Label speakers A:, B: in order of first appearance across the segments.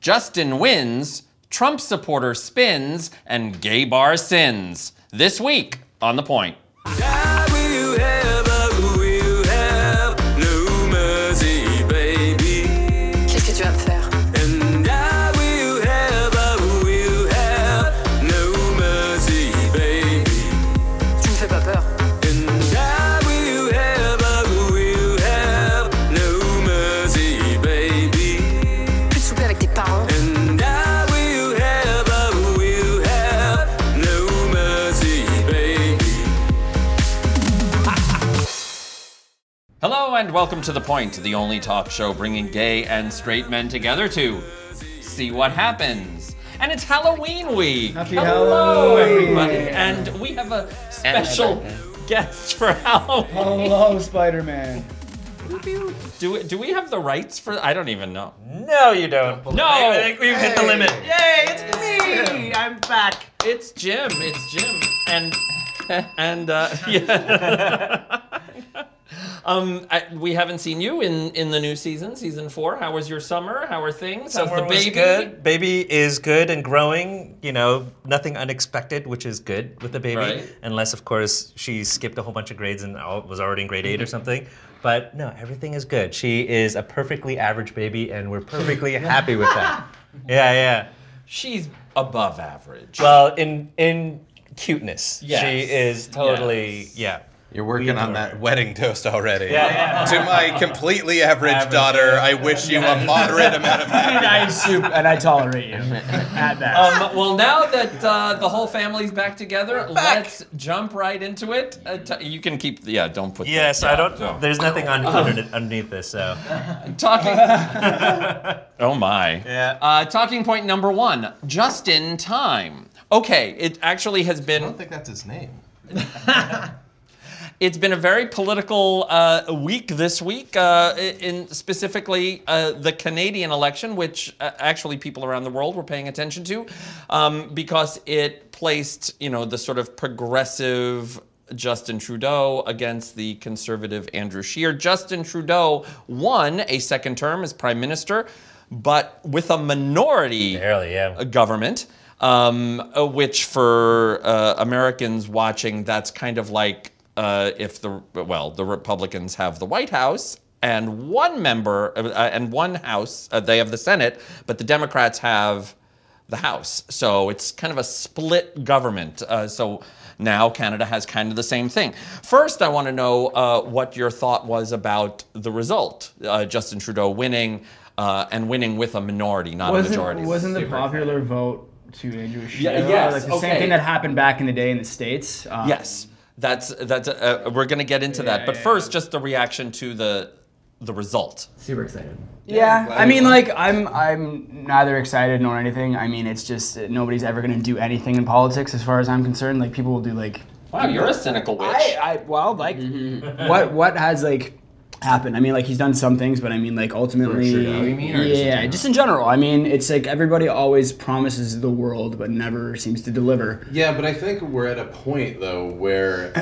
A: Justin wins, Trump supporter spins, and gay bar sins. This week on The Point.
B: Qu'est-ce que tu vas me faire Tu me fais pas peur. Plus de souper avec tes parents.
A: Hello, and welcome to The Point, the only talk show bringing gay and straight men together to see what happens. And it's Halloween week.
C: Happy
A: Hello,
C: Halloween.
A: everybody. And we have a special guest for Halloween.
C: Hello, Spider Man.
A: Do we, do we have the rights for? I don't even know.
D: No, you don't.
A: No.
D: I think we've hit the limit.
A: Yay! It's me.
E: I'm back.
A: It's Jim. It's Jim. And and uh, yeah. Um, I, we haven't seen you in, in the new season, season four. How was your summer? How are things? How's
D: Summer
A: the
D: was
A: baby?
D: good. Baby is good and growing. You know, nothing unexpected, which is good with the baby,
A: Right.
D: unless of course she skipped a whole bunch of grades and al- was already in grade
A: Mm-hmm.
D: eight or something. But no, everything is good. She is a perfectly average baby, and we're perfectly happy with that. Yeah, yeah.
A: She's above average.
D: Well, in in cuteness,
A: Yes.
D: she is totally
A: Yes.
D: yeah.
F: You're working
D: We
F: on
D: were.
F: that wedding toast already.
D: Yeah,
F: To my completely average,
D: Average.
F: daughter, I wish you a moderate amount of happiness.
C: soup, and I tolerate you at that.
A: Um, well, now that uh, the whole family's back together, let's jump right into it. Uh, t- you can keep, yeah, don't put.
D: Yes,
A: that
D: I
A: down,
D: don't. There's nothing on, underneath- underneath this, so
A: Talking. oh my.
D: Yeah.
A: Uh, talking point number one: just in time. Okay, it actually has
F: I
A: been.
F: don't think that's his name.
A: It's been a very political uh, week this week, uh, in specifically uh, the Canadian election, which uh, actually people around the world were paying attention to, um, because it placed you know the sort of progressive. Justin Trudeau against the conservative Andrew Scheer. Justin Trudeau won a second term as prime minister, but with a minority
D: barely, yeah.
A: a government, um, uh, which for uh, Americans watching, that's kind of like uh, if the well, the Republicans have the White House and one member uh, and one House, uh, they have the Senate, but the Democrats have the House. So it's kind of a split government. Uh, so now Canada has kind of the same thing. First, I want to know uh, what your thought was about the result uh, Justin Trudeau winning. Uh, and winning with a minority, not a majority.
C: wasn't, wasn't the popular vote to Andrew Scheer
A: yes,
C: like the
A: okay.
C: same thing that happened back in the day in the states? Um,
A: Yes, that's that's. Uh, we're gonna get into that, but
C: yeah,
A: first, just the reaction to the the result.
G: Super excited.
C: Yeah,
F: glad
C: I
F: you
C: mean,
F: won.
C: like, I'm I'm neither excited nor anything. I mean, it's just that nobody's ever gonna do anything in politics, as far as I'm concerned. Like, people will do like,
A: Wow, you're a cynical witch.
C: I, I well, like, what what has like happened? I mean, like, he's done some things, but I mean, like, ultimately,
G: Trudeau, you mean, or just in
C: yeah,
G: general?
C: just in general. I mean, it's like everybody always promises the world, but never seems to deliver.
F: Yeah, but I think we're at a point though where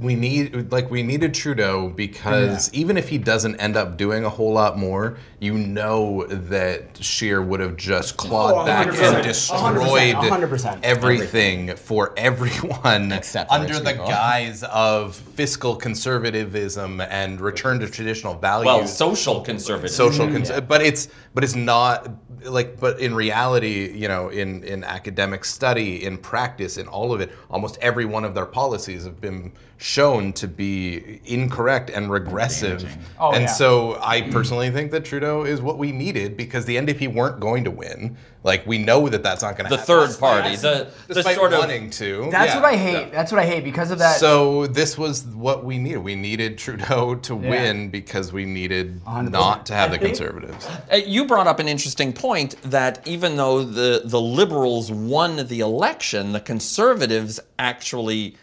F: we need like we needed Trudeau because even if he doesn't end up doing a whole lot more, you know that Sheer would have just clawed
C: Oh,
F: back
C: 100%,
F: and destroyed
C: 100%, 100%.
F: everything for everyone
G: Except the
F: under
G: rich
F: the
G: people.
F: guise of fiscal conservatism and return to traditional values
A: well, social conservative.
F: social
C: Mm-hmm.
F: cons- but it's but it's not like but in reality you know in in academic study in practice in all of it almost every one of their policies have been shown to be incorrect and regressive
C: Oh,
F: and
C: yeah.
F: so i personally think that trudeau is what we needed because the ndp weren't going to win like we know that that's not going to
A: the
F: happen
A: third party, the the
F: despite
A: sort of
F: wanting to
C: That's
F: Yeah.
C: what I hate.
F: Yeah.
C: That's what I hate because of that.
F: So this was what we needed. We needed Trudeau to
C: Yeah.
F: win because we needed
C: 100%.
F: not to have the conservatives.
A: Uh, you brought up an interesting point that even though the, the liberals won the election, the conservatives actually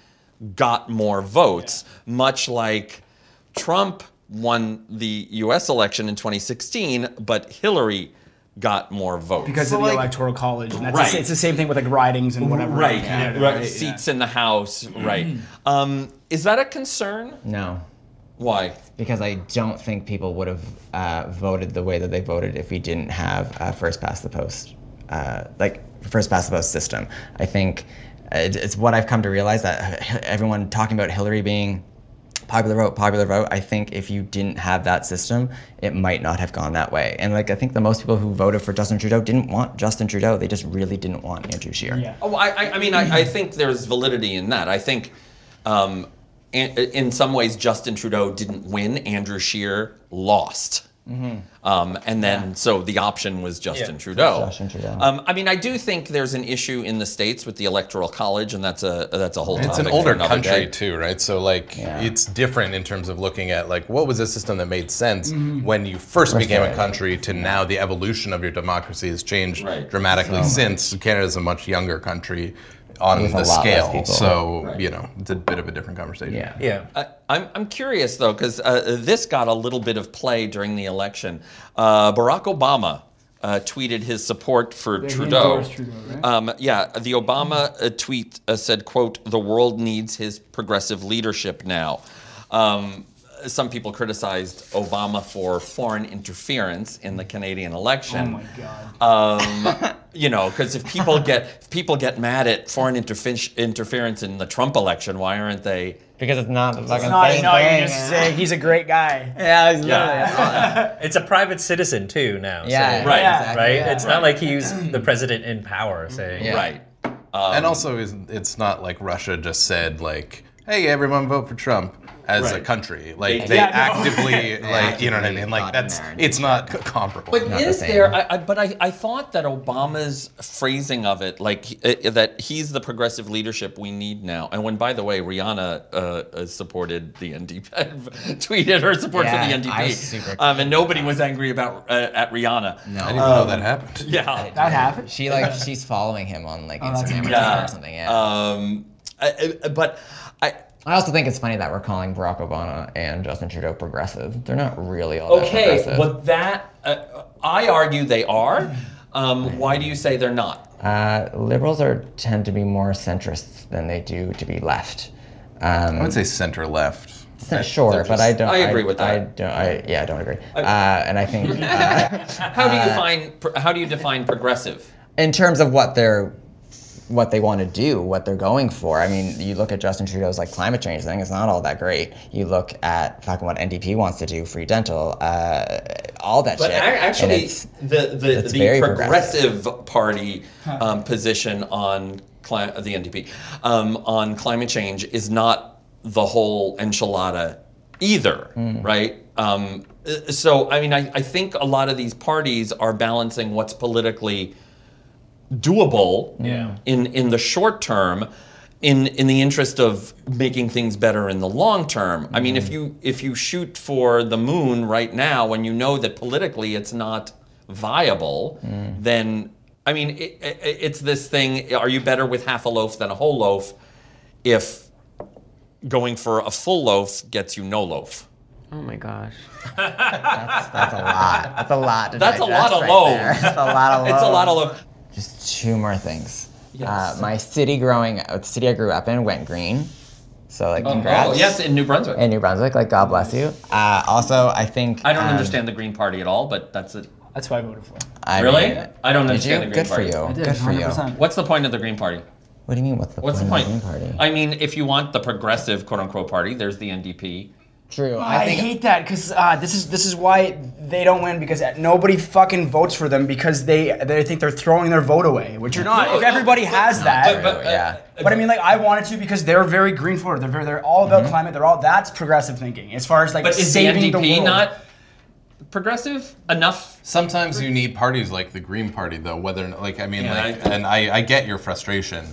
A: got more votes, much like Trump won the US election in 2016, but Hillary got more votes.
C: because of the electoral college, and that's
A: Right.
C: the, sa- it's the same thing with like ridings and whatever.
A: right,
C: Yeah.
A: right, seats in the House, right. Um, is that a concern?
G: No.
A: Why?
E: because I don't think people would have uh, voted the way that they voted if we didn't have a first past the post, uh, like first past the post system. I think it- it's what I've come to realize that uh, everyone talking about Hillary being popular vote, popular vote. I think if you didn't have that system, it might not have gone that way. And like I think the most people who voted for Justin Trudeau didn't want Justin Trudeau. They just really didn't want Andrew Scheer.
C: Yeah.
A: Oh, I, I, I mean, I, I think there's validity in that. I think, um, an, in some ways, Justin Trudeau didn't win. Andrew Scheer lost. Um, and then, so the option was Justin Trudeau.
E: Justin Trudeau.
A: Um, I mean, I do think there's an issue in the states with the electoral college, and that's a that's a whole.
F: It's an
A: topic for
F: older
A: another day.
F: country too, right? So like it's different in terms of looking at like what was a system that made sense when you first became a
E: right.
F: country to now the evolution of your democracy has changed
A: Right.
F: dramatically since Canada's a much younger country on
E: With a
F: the
E: lot less
F: scale.
E: people.
F: So, you know, it's a bit of a different conversation.
E: Yeah.
D: Yeah.
A: I, I'm, I'm curious though, because uh, this got a little bit of play during the election. Uh, Barack Obama uh, tweeted his support for
C: he
A: Trudeau.
C: endorsed Trudeau, right?
A: um, yeah, the Obama uh, tweet uh, said, "quote The world needs his progressive leadership now." Um, some people criticized Obama for foreign interference in the Canadian election Um,
C: Oh my god.
A: you know, because if people get if people get mad at foreign interfe- interference in the Trump election, why aren't they?
E: Because it's not the fucking
C: not,
E: same
C: no,
E: thing.
C: you just say he's a great guy.
E: yeah, it's literally-
D: It's a private citizen too now. so-
E: yeah,
A: Right.
E: exactly,
D: right?
E: yeah.
D: It's not like he's the president in power saying,
E: Yeah.
A: Right.
F: and also is it's not like Russia just said like, "Hey, everyone vote for Trump." As a
A: Right.
F: country, like
A: They-
F: they
A: Yeah,
C: no.
F: actively, like you know what I
E: actively
F: mean,
E: got
F: like that's
E: in there.
F: it's not c- comparable.
A: But
E: Not the
A: is
E: same.
A: there? I, I, but I, I thought that Obama's phrasing of it, like uh, that he's the progressive leadership we need now. And when, by the way, Rihanna uh, uh, supported the NDP, tweeted her support
E: Yeah,
A: for the
E: I was super
A: NDP, um, and nobody was angry about uh, at Rihanna.
E: No.
F: I didn't even know that happened.
A: Yeah.
C: That happened.
E: She like she's following him on like
C: that's
E: Instagram or,
A: Yeah.
E: or something. Yeah.
A: Um, I, I- but I.
E: I also think it's funny that we're calling Barack Obama and Justin Trudeau progressive. They're not really all that
A: Okay,
E: progressive.
A: but that uh, I argue they are. Um, why do you say they're not?
E: Uh, liberals are tend to be more centrists than they do to be left. Um,
F: I would say center left.
E: it's not sure, but I don't.
A: I agree with
E: I
A: that.
E: don't. I, yeah, I don't agree. uh, and I think uh,
A: How do you define pr- how do you define progressive?
E: in terms of what they're what they want to do, what they're going for. I mean, you look at Justin Trudeau's like climate change thing; it's not all that great. You look at fucking what NDP wants to do, free dental, uh, all that
A: But
E: shit.
A: ac-
E: and
A: actually,
E: it's-
A: the the,
E: it's
A: the
E: very
A: progressive party um, position on cli- uh, the NDP um, on climate change is not the whole enchilada either,
E: Hmm.
A: right? Um, uh, so I mean, I, I think a lot of these parties are balancing what's politically doable
D: Yeah.
A: in in the short term in in the interest of making things better in the long term i mean
E: Mm-hmm.
A: if you if you shoot for the moon right now and you know that politically it's not viable
E: Mm.
A: then i mean it, it, it's this thing are you better with half a loaf than a whole loaf if going for a full loaf gets you no loaf
G: Oh my gosh.
E: That's a lot. That's a lot. to
A: That's a lot
E: digest
A: of
E: right
A: loaves.
E: there. That's a lot of loaves.
A: it's a lot of loaf
E: Just two more things. Uh,
A: Yes.
E: my city growing, uh, the city I grew up in went green. So like, congrats.
A: oh yes in new brunswick
E: In New Brunswick, like God bless you. Uh, also, I think
A: i don't
E: um,
A: understand the green party at all but that's it
C: That's why I voted for him.
E: I
A: Really?
E: mean,
A: I don't
E: did
A: understand
E: you?
A: the Green
E: Good
A: Party.
E: for you.
C: I did,
E: Good for you.
C: 100%.
A: what's the point of the green party
E: What do you mean? What's the
A: What's the
E: point?
A: point?
E: of Green Party?
A: I mean, if you want the progressive quote unquote party, there's the NDP.
E: True.
A: Oh,
C: I,
E: I think
C: hate that because uh, this is this is why they don't win because nobody fucking votes for them because they they think they're throwing their vote away, which you're not.
A: No,
C: if everybody
A: no,
C: has
A: no,
C: that,
E: but-
A: uh,
E: yeah.
C: But I mean, like I wanted to because they're very green forward. They're very, they're all about
E: Mm-hmm.
C: climate. They're all that's progressive thinking as far as like
A: but is the
C: saving
A: NDP
C: world.
A: not progressive enough?
F: Sometimes you need parties like the Green Party, though. Whether or not, like I mean,
A: Yeah,
F: like,
A: I-
F: and I, I get your frustration,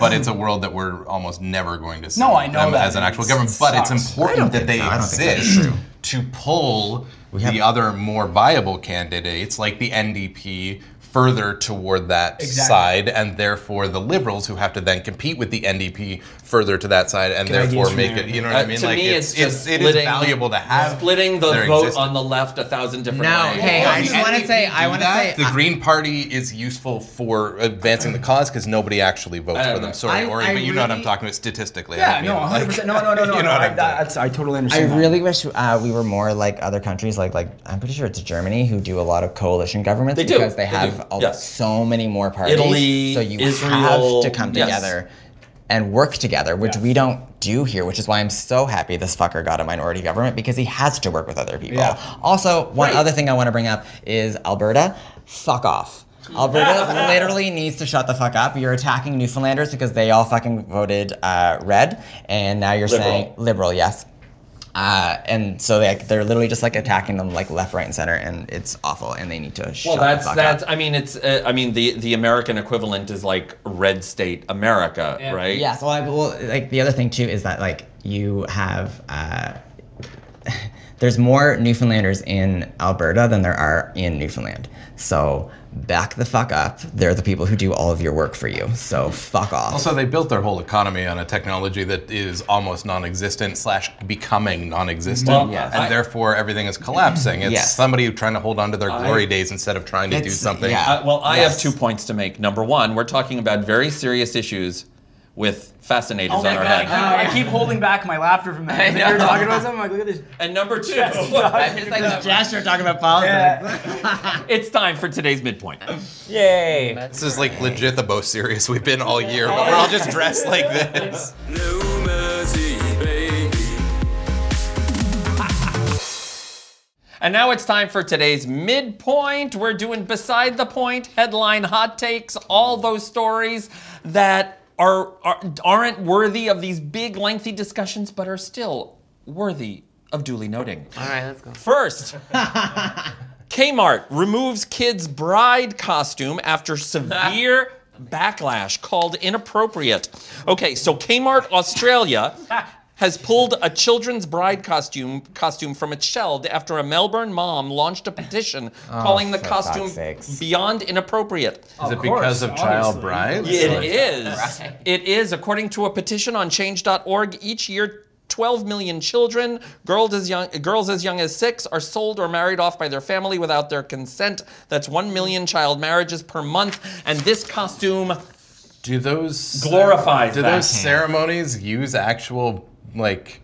F: but it's a world that we're almost never going to see.
C: No, I know
F: them
C: that.
F: as an actual
C: It
F: government, but it's
C: sucks.
E: I
F: important
E: don't
F: that
E: think
F: they
E: so. I don't think that's
F: exist
E: true.
F: to pull the other more viable candidates like the NDP further toward that side, and therefore the liberals who have to then compete with the NDP further to that side, and
C: ideas
F: therefore
C: from
F: make
C: there.
F: it. You know what I
A: Uh,
F: mean?
A: to
F: like
A: me, it's, just
F: it is
A: splitting,
F: valuable to have
A: splitting the
F: their
A: vote
F: existence.
A: on the left a thousand different
E: Now,
A: ways.
E: hey, I
F: the
E: just wanna
F: NDP
E: say-
F: do
E: I wanna
F: that.
E: say-
F: the Green Party is useful for advancing the cause because nobody actually votes
A: don't
F: for
A: know.
F: them. Sorry,
E: I-
F: Ori,
E: I
F: but you know what I'm
E: really-
F: talking about statistically. I
C: Yeah,
F: don't
C: no,
F: mean,
C: 100.
F: like-
C: percent No, no, no, no.
F: you know what
C: I,
F: I'm saying.
C: that's, I totally
E: I
C: understand. that.
E: really wish uh, we were more like other countries, like like I'm pretty sure it's Germany, who do a lot of coalition governments
A: They do.
E: because they
A: They
E: have
A: do.
E: all-
A: Yes.
E: so many more parties.
A: Italy,
E: so you
A: Israel,
E: have to come
A: yes.
E: together and work together, which we don't do here. Which is why I'm so happy this fucker got a minority government because he has to work with other people.
C: Yeah.
E: Also, one
A: Right.
E: other thing I want to bring up is Alberta. Fuck off. Alberta literally needs to shut the fuck up. You're attacking Newfoundlanders because they all fucking voted uh, red, and now you're
A: Liberal.
E: saying liberal, yes. Uh, and so they, they're literally just like attacking them like left, right, and center, and it's awful. And they need to shut
A: Well, that's
E: the fuck
A: that's.
E: up.
A: I mean, it's. Uh, I mean, the the American equivalent is like red state America, right?
E: Yes. Well, I, well, like the other thing too is that like you have uh, there's more Newfoundlanders in Alberta than there are in Newfoundland. So back the fuck up. They're the people who do all of your work for you. So fuck off.
F: Also, they built their whole economy on a technology that is almost non-existent slash becoming non-existent,
A: Well, Yes.
F: and
A: I-
F: therefore everything is collapsing. It's
E: Yes.
F: somebody trying to hold on to their glory days instead of trying to do
E: It's-
F: something.
E: yeah.
A: Uh, well, I have
E: Yes.
A: two points to make. Number one, we're talking about very serious issues with fascinators
C: Oh
A: on
C: my
A: our
C: god!
A: head.
C: I, I keep holding back my laughter from that. You're talking about something. I'm like, look at this.
A: And number two,
E: I'm just like Josh, you're talking about politics.
A: it's time for today's midpoint.
D: Yay!
F: This is like legit the most serious we've been all year. We're all just dressed like this.
A: And now it's time for today's midpoint. We're doing beside the point headline hot takes, all those stories that are, are aren't worthy of these big lengthy discussions but are still worthy of duly noting.
G: All right, let's go.
A: First, Kmart removes kid's bride costume after severe backlash called inappropriate. Okay, so Kmart Australia has pulled a children's bride costume costume from its shelf after a Melbourne mom launched a petition calling the
E: Oh, for
A: costume
E: fuck's sakes.
A: beyond inappropriate.
F: Is it
C: course,
F: because of child
C: obviously.
F: brides?
A: It is. It is. According to a petition on change.org, each year 12 million children, girls as young girls as young as 6 are sold or married off by their family without their consent. That's 1 million child marriages per month and this costume
F: Do those
A: Glorifies
F: Do
A: that.
F: those ceremonies use actual like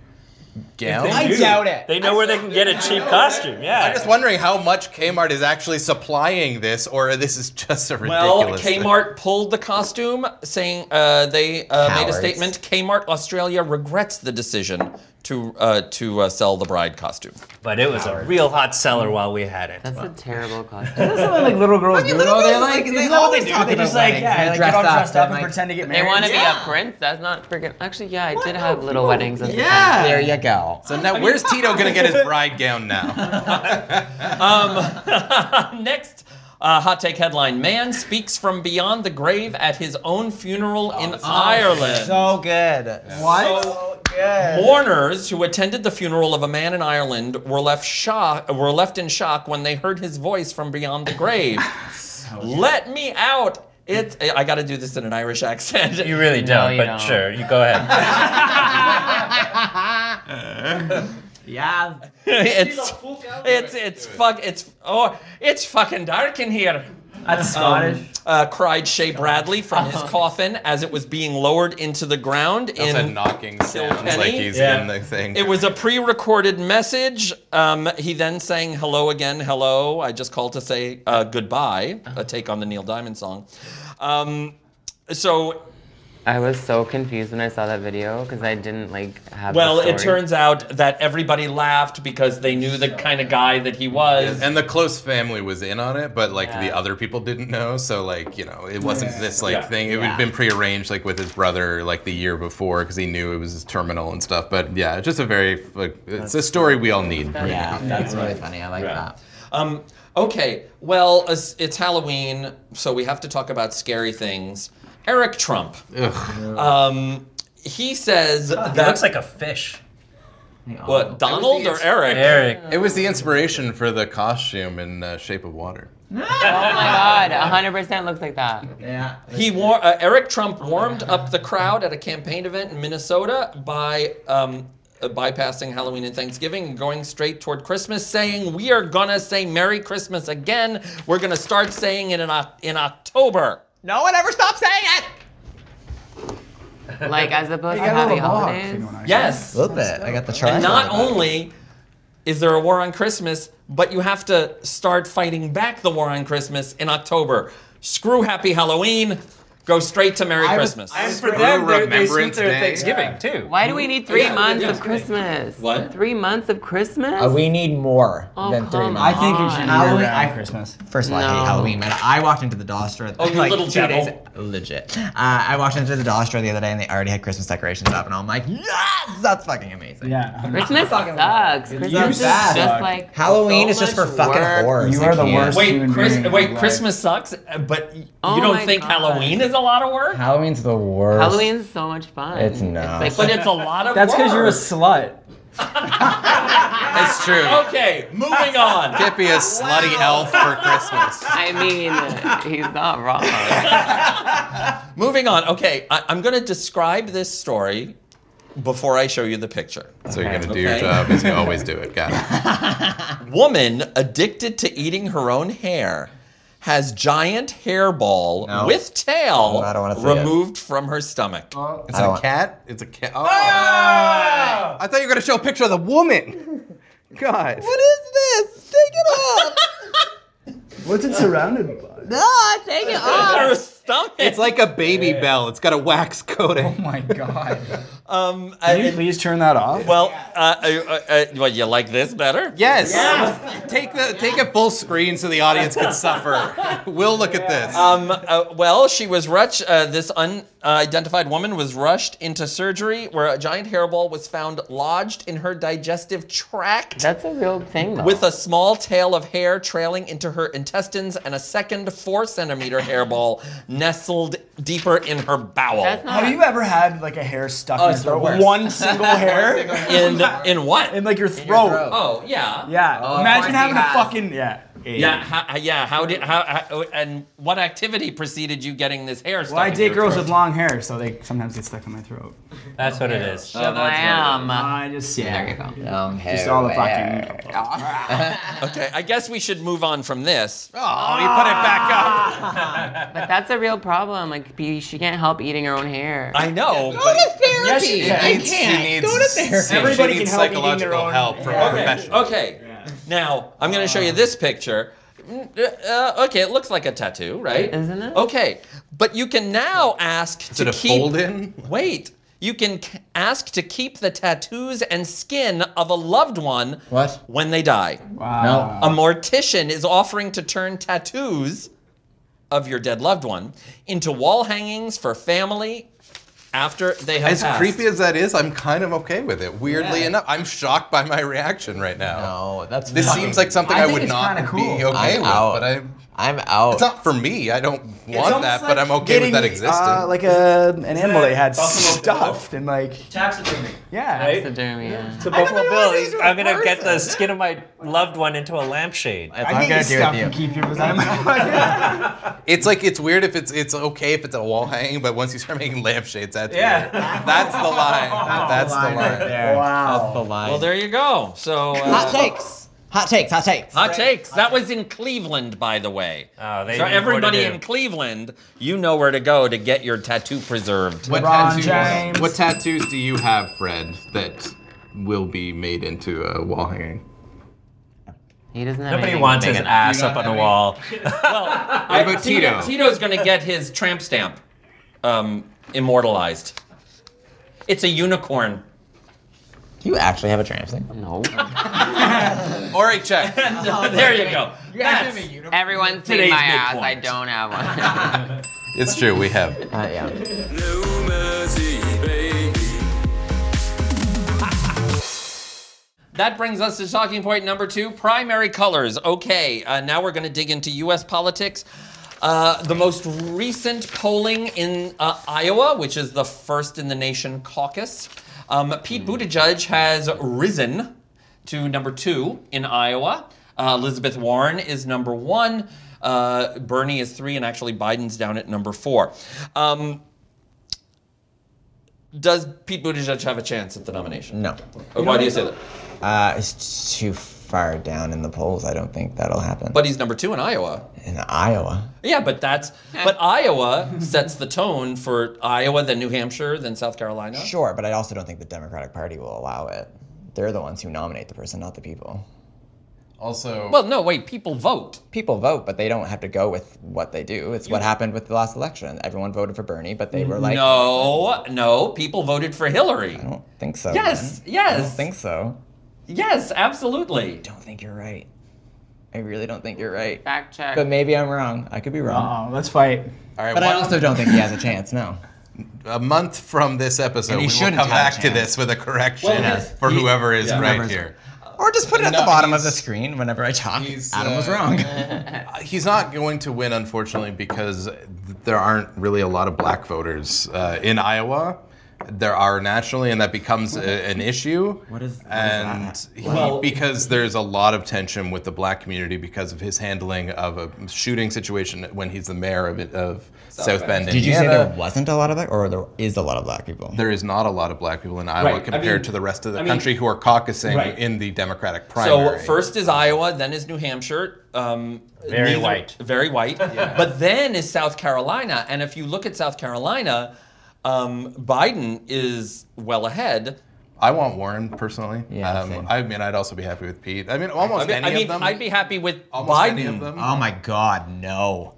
F: gowns?
E: I doubt it.
D: They know where they can get a cheap costume. Yeah.
F: I'm just wondering how much Kmart is actually supplying this, or this is just a
A: Well,
F: ridiculous. thing.
A: Kmart pulled the costume, saying uh, they uh, made a
E: Cowards.
A: statement. Kmart Australia regrets the decision to uh, to uh, sell the bride costume.
D: but it was a real hot seller while we had it.
G: That's a terrible costume.
C: That's something like little girls do.
E: little
C: though. They
E: girls,
C: like,
E: like,
C: they,
E: they
C: they always
E: always
C: do.
E: talk
C: They just
E: about
C: like, yeah,
E: weddings. They
C: like
E: dress
C: get all
E: up
C: dressed up
E: and,
C: and
E: like-
C: pretend to get married.
G: They want to be
C: Yeah.
G: a prince. That's not freaking. Actually, yeah, I did have little weddings. As
C: Yeah.
G: A kid.
E: There you go.
F: So now, where's Tito gonna get his bride gown now?
A: Next uh, hot take headline: Man speaks from beyond the grave at his own funeral in
D: Oh,
A: Ireland.
E: So good.
C: What?
A: So, mourners who attended the funeral of a man in Ireland were left shock were left in shock when they heard his voice from beyond the grave.
D: Oh,
A: Let me out. It's I got to do this in an Irish accent.
D: You really don't,
G: you
D: but
G: don't.
D: sure, you go ahead.
E: Yeah.
A: it's it's it's fuck it's oh it's fucking dark in here.
C: That's Scottish.
A: Uh, cried Shea Bradley from his coffin as it was being lowered into the ground in
F: Also knocking sounds like
A: Kilkenny?
F: he's
D: Yeah.
F: in the thing.
A: It was a pre-recorded message. Um, he then sang "Hello again, hello." I just called to say uh, goodbye, a take on the Neil Diamond song. Um, so,
G: I was so confused when I saw that video because I didn't like have. the
A: well, it
G: story.
A: turns out that everybody laughed because they knew the kind of guy that he was.
F: and the close family was in on it, but like the
G: Yeah.
F: other people didn't know. So like you know, it wasn't this like
A: Yeah.
F: thing. It would
E: Yeah.
F: had been prearranged like with his brother like the year before because he knew it was his terminal and stuff. But yeah, it's just a very like it's a story we all need. right now.
E: Yeah, that's really funny. I like that.
A: Um, okay, well, it's, it's Halloween, so we have to talk about scary things. Eric Trump. Um, he says
D: He
A: that
D: looks like a fish.
A: what Donald or Eric?
D: Eric.
F: It was the inspiration for the costume in uh, Shape of Water.
G: Oh my God, 100% looks like that.
E: Yeah.
A: He war- uh, Eric Trump warmed up the crowd at a campaign event in Minnesota by um, uh, bypassing Halloween and Thanksgiving and going straight toward Christmas, saying, "We are gonna say Merry Christmas again. We're gonna start saying it in Oc- in October."
E: No one ever stopped saying it.
G: Like, as opposed to
C: got a
G: happy
C: little mohawk
G: holidays.
C: thing going on.
A: Yes.
E: A little bit. I got the try.
A: And not only is there a war on Christmas, but you have to start fighting back the war on Christmas in October. Screw Happy Halloween. Go straight to Merry
E: I was-
A: Christmas.
D: And for them, they, they scoop
F: Remembrance
D: their
F: Day.
D: Thanksgiving too.
G: Why do we need three
A: Yeah,
G: months
A: yeah.
G: of Christmas?
A: What?
G: Three months of Christmas?
E: Uh, we need more
G: Oh,
E: than three
G: come
E: months.
C: I think you should
G: Come
E: on.
C: do
E: I-
C: around Christmas.
E: First of all, I
G: No.
E: hate Halloween, man. I walked into the doll store.
A: Oh, you little
E: two
A: devil.
E: days- legit. Uh, I walked into the doll store the other day, and they already had Christmas decorations up, and I'm like, yes, that's fucking amazing.
C: Yeah.
G: Christmas sucks. Christmas is
E: suck.
G: just like
E: Halloween
G: so
E: is just for
G: much
E: fucking
G: work.
E: whores.
C: You
E: I
C: are the
E: can't.
C: worst.
A: Wait,
C: human
A: Chris,
C: being in
A: wait,
C: life.
A: Christmas sucks, uh, but y-
G: Oh
A: you don't
G: my
A: think
G: God.
A: Halloween is a lot of work?
E: Halloween's the worst.
G: Halloween's so much fun.
E: It's not.
G: like,
A: But it's a lot of
C: That's
A: work.
C: because you're a slut.
F: That's true.
A: Okay, moving on.
F: Can't be a slutty elf for Christmas.
G: I mean, he's not wrong.
A: moving on. Okay, I, I'm going to describe this story before I show you the picture.
F: So you're gonna do
A: Okay.
F: your job as you always do it. Got it.
A: Woman addicted to eating her own hair has giant hairball
E: No.
A: with tail
E: No, I don't wanna see it.
A: removed from her stomach.
F: Is
E: I
F: it
E: don't-
F: a cat? It's a cat. Oh.
C: Ah!
F: I thought you were gonna show a picture of the woman. God.
E: What is this? Take it off.
C: What's it surrounded by?
E: no, take it off.
A: Her stomach.
F: It's like a baby bell. It's got a wax
C: Oh
F: coating.
C: my god.
A: um,
C: Can you
A: I-
C: please turn that off?
A: well, uh, uh, uh, what you like this better?
F: Yes. Take the take a full screen so the audience can suffer. We'll look at this.
A: Um, uh, well, she was rushed. Uh, this unidentified woman was rushed into surgery where a giant hairball was found lodged in her digestive tract
G: That's a real thing, though.
A: with a small tail of hair trailing into her intestines and a second four centimeter hairball nestled deeper in her bowel.
G: That's not.
C: Have you ever had like a hair stuck in
E: it's
C: your
E: the
C: throat?
E: worst.
C: One single hair
A: in in what?
C: in like your throat.
E: throat.
A: oh yeah.
C: Yeah.
E: Oh,
C: Imagine
E: of course
C: having
E: he
C: a
E: has.
C: fucking yeah.
A: Yeah, how, uh, yeah. How did how, how and what activity preceded you getting this hair?
C: Well, I date girls with long hair, so they sometimes get stuck in my throat.
D: That's what it is.
G: Oh, Shablam.
C: I just yeah.
G: there you go.
E: Long hair.
C: Just all the fucking.
A: Okay, I guess we should move on from this.
C: Ah.
F: oh, you put it back up.
G: But that's a real problem. Like, be- she can't help eating her own hair.
A: I know.
E: Go
A: but-
E: to therapy.
C: Yes, you can.
E: I
C: She
E: can't. Go to therapy.
C: Everybody can
F: she needs
C: help eating their
F: psychological
C: own-
F: help from a
A: Okay.
F: professional.
A: Okay. Now I'm gonna show you this picture. Mm, uh, okay, it looks like a tattoo, right?
G: Isn't it?
A: Okay, but you can now ask
F: Is
A: to
F: it a
A: keep.
F: fold in?
A: Wait, you can c- ask to keep the tattoos and skin of a loved one
E: What?
A: when they die.
C: Wow.
A: A mortician is offering to turn tattoos of your dead loved one into wall hangings for family after they have
F: As
A: passed.
F: creepy as that is, I'm kind of okay with it. Weirdly enough, I'm shocked by my reaction right now.
E: No, that's.
F: This
E: fucking-
F: seems like something
C: I
F: I,
C: think
F: would
C: it's
F: not
C: kinda
F: be
C: cool.
F: okay
E: I'm
F: with,
E: out.
F: but I'm.
E: I'm out.
F: It's not for me. I don't want that, but I'm okay with that existing.
C: Uh, like a an animal they had
H: Buffalo Bill?
C: stuffed and like
H: Taxidermy.
C: yeah.
D: Right?
G: The dermy, yeah.
D: The Buffalo
F: never
D: Bill.
F: realized these were
D: I'm gonna get the skin of my loved one into a lampshade.
E: That's
C: I
E: what I'm
C: think
E: gonna
C: it's stuff
E: do
C: and
E: with you.
C: keep your was out of my pocket.
F: it's like it's weird if it's it's okay if it's a wall hanging, but once you start making lampshades, that's
D: Yeah.
F: weird. That's the line. That's the line.
E: That's the line.
A: Well, there you go. So uh,
E: hot takes. Hot takes. Hot takes.
A: Hot takes. That was in Cleveland, by the way.
F: Uh,
D: Oh,
A: so
D: they knew what to
A: everybody
D: do.
A: in Cleveland, you know where to go to get your tattoo preserved.
F: What
C: LeBron
F: tattoos?
C: James.
F: What tattoos do you have, Fred? That will be made into a wall hanging?
G: He doesn't have
D: Nobody
G: anything
D: wants
G: big
D: his
G: enough.
D: ass up on the wall.
F: What about Tito?
A: Tito's gonna get his tramp stamp um, immortalized. It's a unicorn.
E: Do you actually have a tramp stamp?
G: No.
F: All right, check.
A: there you go. That's-
G: Everyone's seen
A: Today's
G: my
A: big
G: ass.
A: point.
G: I don't have one.
F: It's true. We have.
E: Uh, yeah.
A: That brings us to talking point number two primary colors. Okay, uh, now we're going to dig into US politics. Uh, the most recent polling in uh, Iowa, which is the first in the nation caucus, um, Pete Buttigieg has risen to number two in Iowa. Uh, Elizabeth Warren is number one. Uh, Bernie is three, and actually Biden's down at number four. Um, does Pete Buttigieg have a chance at the nomination?
E: No.
A: Uh, Why do you say that?
E: Uh, it's too far down in the polls. I don't think that'll happen.
A: But he's number two in Iowa.
E: in Iowa,
A: Yeah, but that's but Iowa sets the tone for Iowa, then New Hampshire, then South Carolina.
E: sure, but I also don't think the Democratic Party will allow it. They're the ones who nominate the person, not the people.
F: Also,
A: Well, no, wait, people vote.
E: People vote, but they don't have to go with what they do. It's what happened with the last election. Everyone voted for Bernie, but they were like,
A: no, no, people voted for Hillary.
E: I don't think so.
A: Yes,
E: man. I
A: yes.
E: don't think so.
A: Yes, absolutely.
E: I don't think you're right. I really don't think you're right.
G: Fact check.
E: But maybe I'm wrong. I could be wrong.
C: Oh, let's fight.
F: all right,
E: But I
F: one-
E: also don't think he has a chance. No.
F: a month from this episode,
E: And he
F: we will
E: shouldn't
F: come
E: have
F: back
E: a
F: to
E: chance.
F: this with a correction
A: Well, yes.
F: for
A: He-
F: whoever is
A: yeah.
F: right
E: Whoever's-
F: here.
E: Or just put it at
F: No,
E: the bottom of the
F: he's-
E: screen whenever I talk.
F: he's,
E: Adam was
F: uh,
E: wrong.
F: Uh, He's not going to win, unfortunately, because th- there aren't really a lot of black voters uh, in Iowa. There are nationally, and that becomes a, an issue.
E: What is- what is
F: and
E: that?
F: he-
A: Well-
F: because there's a lot of tension with the black community because of his handling of a shooting situation when he's the mayor of, it, of South, Bend.
E: Did you say
F: Indiana.
E: there wasn't a lot of black, or there is a lot of black people?
F: There is not a lot of black people in Iowa
A: Right, I
F: compared
A: mean-
F: to the rest of the
A: I mean-
F: country who are caucusing
A: Right.
F: in the Democratic primary.
A: So first is Iowa, then is New Hampshire. Um,
D: Very white.
A: Very white. But then is South Carolina. And if you look at South Carolina, um, Biden is well ahead.
F: I want Warren personally.
E: Yeah,
F: um,
E: same.
F: I mean, I'd also be happy with Pete. I mean, almost
A: I mean,
F: any
A: I mean
F: of them.
A: I'd be happy with
F: almost
A: Biden. Um,
F: any of them.
E: oh my God, no.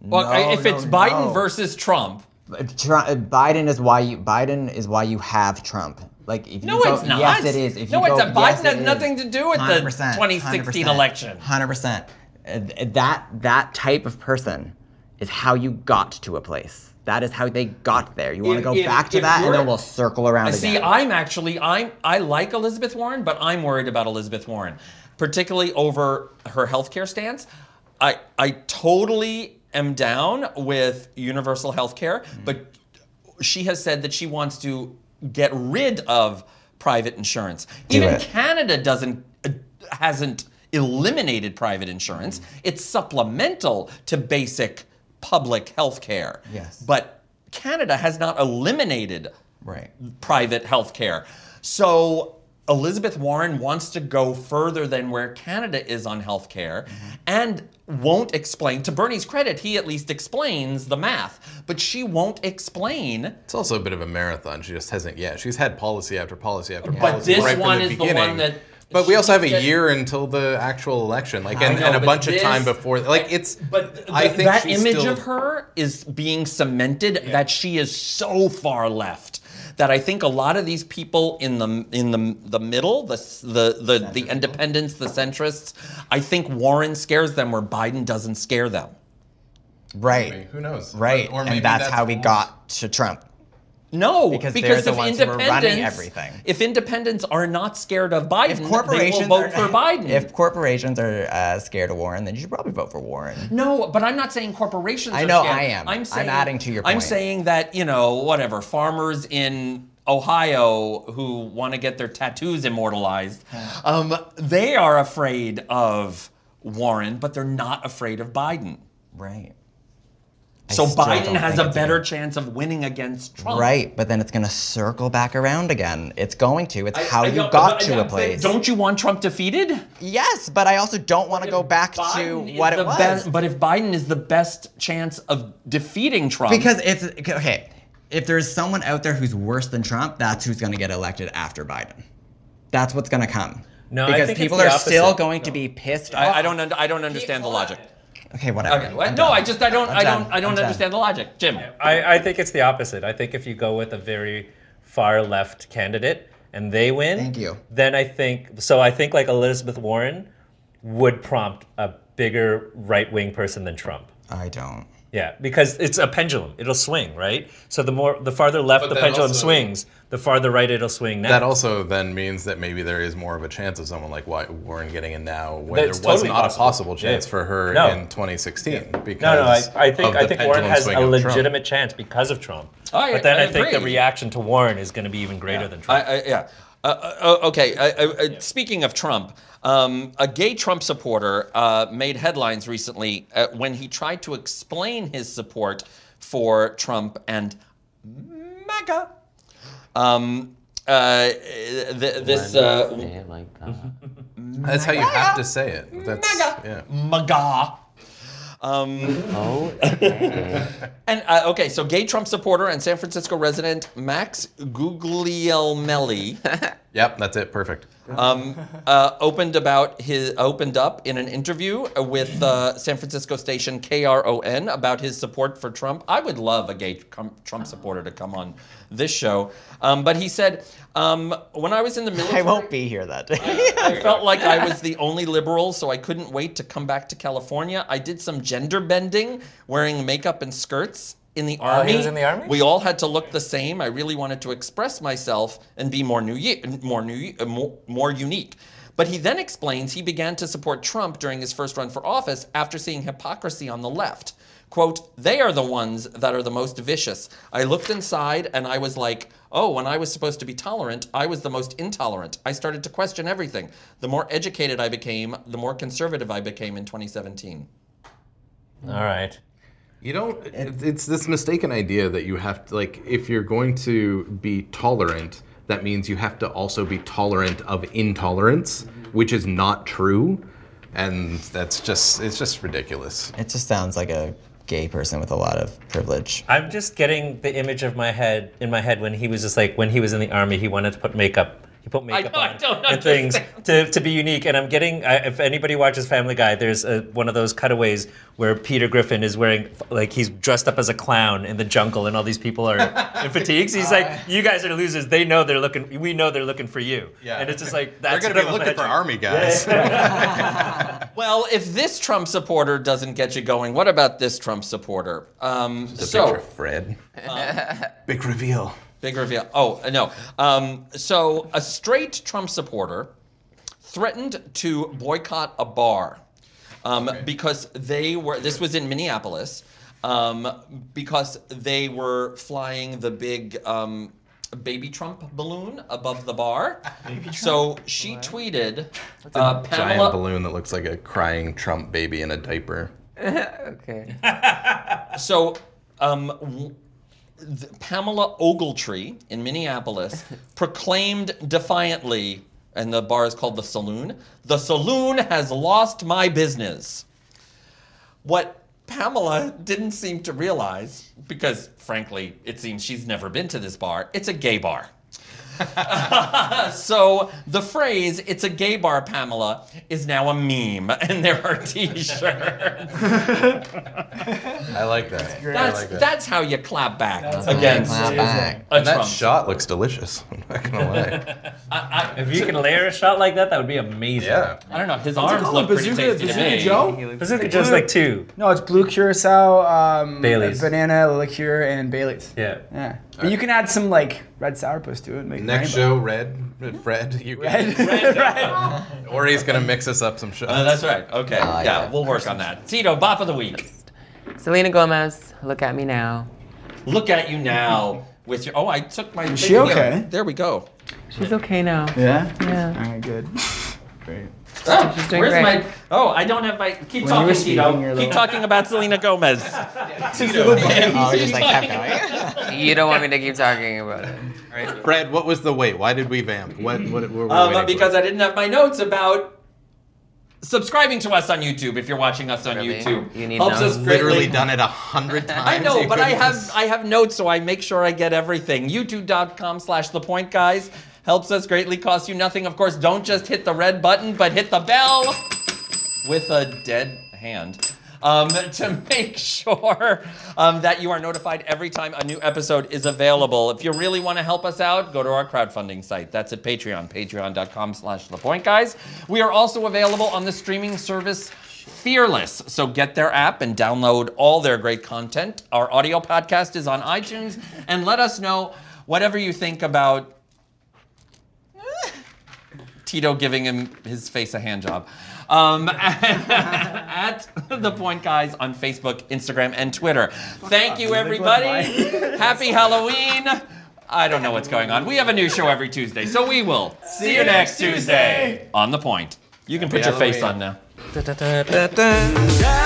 A: Well,
E: No,
A: I- if
E: no,
A: it's Biden
E: no.
A: versus Trump,
E: Tru- Biden is why you Biden is why you have Trump. Like if
A: no,
E: you go,
A: it's not.
E: Yes, it is. If
A: no,
E: you
A: it's
E: go,
A: not.
E: yes,
A: Biden
E: it
A: has
E: is.
A: nothing to do with the
E: 100%,
A: 2016
E: 100%,
A: election.
E: 100%. Uh, th- That that type of person is how you got to a place. That is how they got there. You want
A: If-
E: to go
A: if-
E: back to
A: if
E: that, and
A: you're-
E: then we'll circle around again.
A: See, I'm actually I'm I like Elizabeth Warren, but I'm worried about Elizabeth Warren, particularly over her healthcare stance. I I totally am down with universal healthcare,
E: Mm-hmm.
A: but she has said that she wants to get rid of private insurance. Even
E: it.
A: Canada doesn't uh, hasn't eliminated private insurance.
E: Mm-hmm.
A: It's supplemental to basic public health care.
E: Yes.
A: But Canada has not eliminated
E: right.
A: private health care. So Elizabeth Warren wants to go further than where Canada is on health care and won't explain. To Bernie's credit, he at least explains the math, but she won't explain.
F: It's also a bit of a marathon. She just hasn't yet. She's had policy after policy after
A: But
F: policy.
A: this
F: right from
A: one
F: the
A: is the one
F: beginning.
A: that
F: But we also have a
A: she-
F: year until the actual election, like,
A: I
F: and,
A: know,
F: and a
A: but
F: bunch
A: this-
F: of time before. Like, it's.
A: But th-
F: I
A: th-
F: think
A: that
F: she's
A: image
F: still-
A: of her is being cemented that she is so far left that I think a lot of these people in the in the the middle, the s- the the, the independents, the centrists, I think Warren scares them where Biden doesn't scare them.
E: Right.
F: Who knows?
E: Right.
F: Or maybe
E: and that's, how we
F: false.
E: got to Trump.
A: No,
E: Because
A: because,
E: they're the
A: if
E: ones who are running
A: independents,
E: everything.
A: if independents are not scared of Biden,
E: If corporations
A: they will vote
E: are,
A: for Biden.
E: If corporations are uh, scared of Warren, then you should probably vote for Warren.
A: No, but I'm not saying corporations.
E: I
A: are
E: know
A: scared.
E: I am. I'm
A: saying,
E: adding to your
A: I'm
E: point.
A: saying that you know whatever farmers in Ohio who want to get their tattoos immortalized, um, they are afraid of Warren, but they're not afraid of Biden.
E: Right.
A: so
E: still
A: Biden
E: don't
A: has
E: think
A: a
E: it's a
A: better
E: good-
A: chance of winning against Trump.
E: Right, but then it's going to circle back around again. It's going to. It's how
A: I- I
E: you
A: don't-
E: got
A: but-
E: to a
A: but
E: place.
A: Don't you want Trump defeated?
E: Yes, but I also don't want to go back to
A: Biden is
E: what
A: the
E: it was.
A: best- but if Biden is the best chance of defeating Trump,
E: because it's okay. If there's someone out there who's worse than Trump, that's who's going to get elected after Biden. That's what's going to come.
D: No, I
E: because
D: think it's
E: people
D: the
E: are
D: opposite.
E: still going to be pissed off.
A: I, I don't. und- I don't understand the logic.
E: Okay, whatever.
A: Okay. well,
E: I'm
A: no,
E: done.
A: I just I don't
E: I'm
A: I
E: done.
A: don't I
E: I'm
A: don't
E: done.
A: understand the logic, Jim.
D: I, I think it's the opposite. I think if you go with a very far left candidate and they win,
E: Thank you.
D: Then I think so. I think like Elizabeth Warren would prompt a bigger right wing person than Trump.
E: I don't.
D: Yeah, because it's a pendulum. It'll swing, right? So the more the farther left
F: But
D: the
F: that
D: pendulum
F: also-
D: swings, the farther right it'll swing now.
F: That also then means that maybe there is more of a chance of someone like Wy- Warren getting in now, where
D: That's
F: there was
D: totally
F: not
D: possible.
F: a possible chance
D: Yeah.
F: for her
D: No.
F: in 2016
D: no, no, I,
F: because
D: I
F: of
D: think
F: the
D: I think Warren
F: pendulum
D: has
F: swing
D: a
F: of Trump.
D: legitimate chance because of Trump.
A: I-
D: but then
A: I
D: I, think the
A: agree.
D: reaction to Warren is going to be even greater than Trump.
A: I, I, yeah. Uh, uh, oh, okay. Uh, uh, uh, Speaking of Trump, um, a gay Trump supporter uh, made headlines recently uh, when he tried to explain his support for Trump and MAGA. Um, uh, th- this uh,
G: Say it like that.
F: That's how you have to say it. That's yeah.
A: MAGA.
G: Oh, okay.
A: Um, And uh, okay, so gay Trump supporter and San Francisco resident Max Guglielmelli
F: Yep, that's it. Perfect.
A: uh, opened about his opened up in an interview with uh, San Francisco station KRON about his support for Trump. I would love a gay Trump, Trump supporter to come on this show, um, but he said, um, "When I was in the military,
E: I won't be here that day.
A: I felt like I was the only liberal, so I couldn't wait to come back to California. I did some gender bending, wearing makeup and skirts in the army.
G: Oh, was in the army?
A: We all had to look the same. I really wanted to express myself and be more new, ye- more new, uh, more, more unique. But he then explains he began to support Trump during his first run for office after seeing hypocrisy on the left. Quote, they are the ones that are the most vicious. I looked inside and I was like, oh, when I was supposed to be tolerant, I was the most intolerant. I started to question everything. The more educated I became, the more conservative I became in 2017.
D: All right.
F: You don't. it- It's this mistaken idea that you have to like. If you're going to be tolerant, that means you have to also be tolerant of intolerance, which is not true, and that's just it's just ridiculous.
E: It just sounds like a gay person with a lot of privilege.
D: I'm just getting the image of my head in my head when he was just like when he was in the army, he wanted to put makeup. He put makeup
A: know, I
D: on
A: don't
D: and things
A: understand.
D: to, to be unique. And I'm getting I, if anybody watches Family Guy, there's a, one of those cutaways where Peter Griffin is wearing like he's dressed up as a clown in the jungle, and all these people are in fatigues. He's
F: Uh.
D: like, "You guys are losers. They know they're looking. We know they're looking for you."
F: Yeah.
D: And it's just like that's what
F: They're gonna be
D: I'm
F: looking for
D: imagining.
F: army guys.
A: Well, if this Trump supporter doesn't get you going, what about this Trump supporter? Um, so, uh,
F: Fred. Big reveal.
A: big reveal. Oh, no. Um, so, a straight Trump supporter threatened to boycott a bar um, because they were, this was in Minneapolis, um, because they were flying the big. Um, Baby Trump balloon above the bar. So she tweeted, uh,
F: Giant
A: Pamela
F: balloon that looks like a crying Trump baby in a diaper.
G: okay.
A: So, um, w- th- Pamela Ogletree in Minneapolis proclaimed defiantly, and the bar is called the Saloon. The Saloon has lost my business. What Pamela didn't seem to realize, because frankly, it seems she's never been to this bar. It's a gay bar. So the phrase "It's a gay bar, Pamela" is now a meme, and there are T-shirts.
F: I like that. I
A: That's
F: like that.
A: that's how you clap back against
E: Clap back.
A: a
F: And that
A: Trump.
F: shot looks delicious. I'm not gonna lie.
D: If you can layer a shot like that, that would be amazing.
F: yeah.
A: I don't know. His arms look pretty tasty to me.
D: Bazooka just like two.
C: No, it's blue curacao, um,
D: Baileys.
C: banana liqueur, and Bailey's.
D: Yeah.
C: Yeah. But you can add some like red sourpuss to it. and Make it
F: Next
C: rainbow.
F: show, Red. Fred, you guys. Or he's gonna mix us up some shots.
A: Uh, that's right. Okay.
E: I like
A: yeah,
E: that.
A: we'll work on that. Tito, bop of the week.
G: Selena Gomez, look at me now.
A: Look at you now with your. Oh, I took my. Is
C: she okay?
A: There we go.
G: She's okay now.
C: Yeah.
G: Yeah.
C: All right. Good. Great.
A: Oh,
G: doing
A: where's
G: great.
A: my? Oh, I don't have my. Keep
C: When you
A: talking, Tito.
C: were speaking, your
A: Keep
C: little-
A: talking about Selena Gomez. Uh,
E: Oh, we just like kept going.
G: You don't want me to keep talking about it.
F: Fred, what was the wait? Why did we vamp? What? What? what were we
A: Um,
F: waiting
A: because
F: for?
A: I didn't have my notes about subscribing to us on YouTube. If you're watching us on
G: Really?
A: YouTube,
G: You need
A: helps
G: notes.
A: us
F: I've
A: greatly.
F: literally done it a hundred times.
A: I know,
F: you
A: but I
F: couldn't
A: have
F: just-
A: I have notes, so I make sure I get everything. YouTube.com slash the point guys helps us greatly, costs you nothing. Of course, don't just hit the red button, but hit the bell with a dead hand. Um, to make sure um, that you are notified every time a new episode is available. If you really want to help us out, go to our crowdfunding site. That's at Patreon, patreon.com slash the point guys. We are also available on the streaming service Fearless. So get their app and download all their great content. Our audio podcast is on iTunes. And let us know whatever you think about Tito giving him his face a hand job. Um, at the Point Guys on Facebook, Instagram, and Twitter. Thank you, everybody. Happy Halloween. I don't know what's going on. We have a new show every Tuesday, so we will see you next Tuesday on the point. You can put your face on now.
D: Da, da, da, da, da.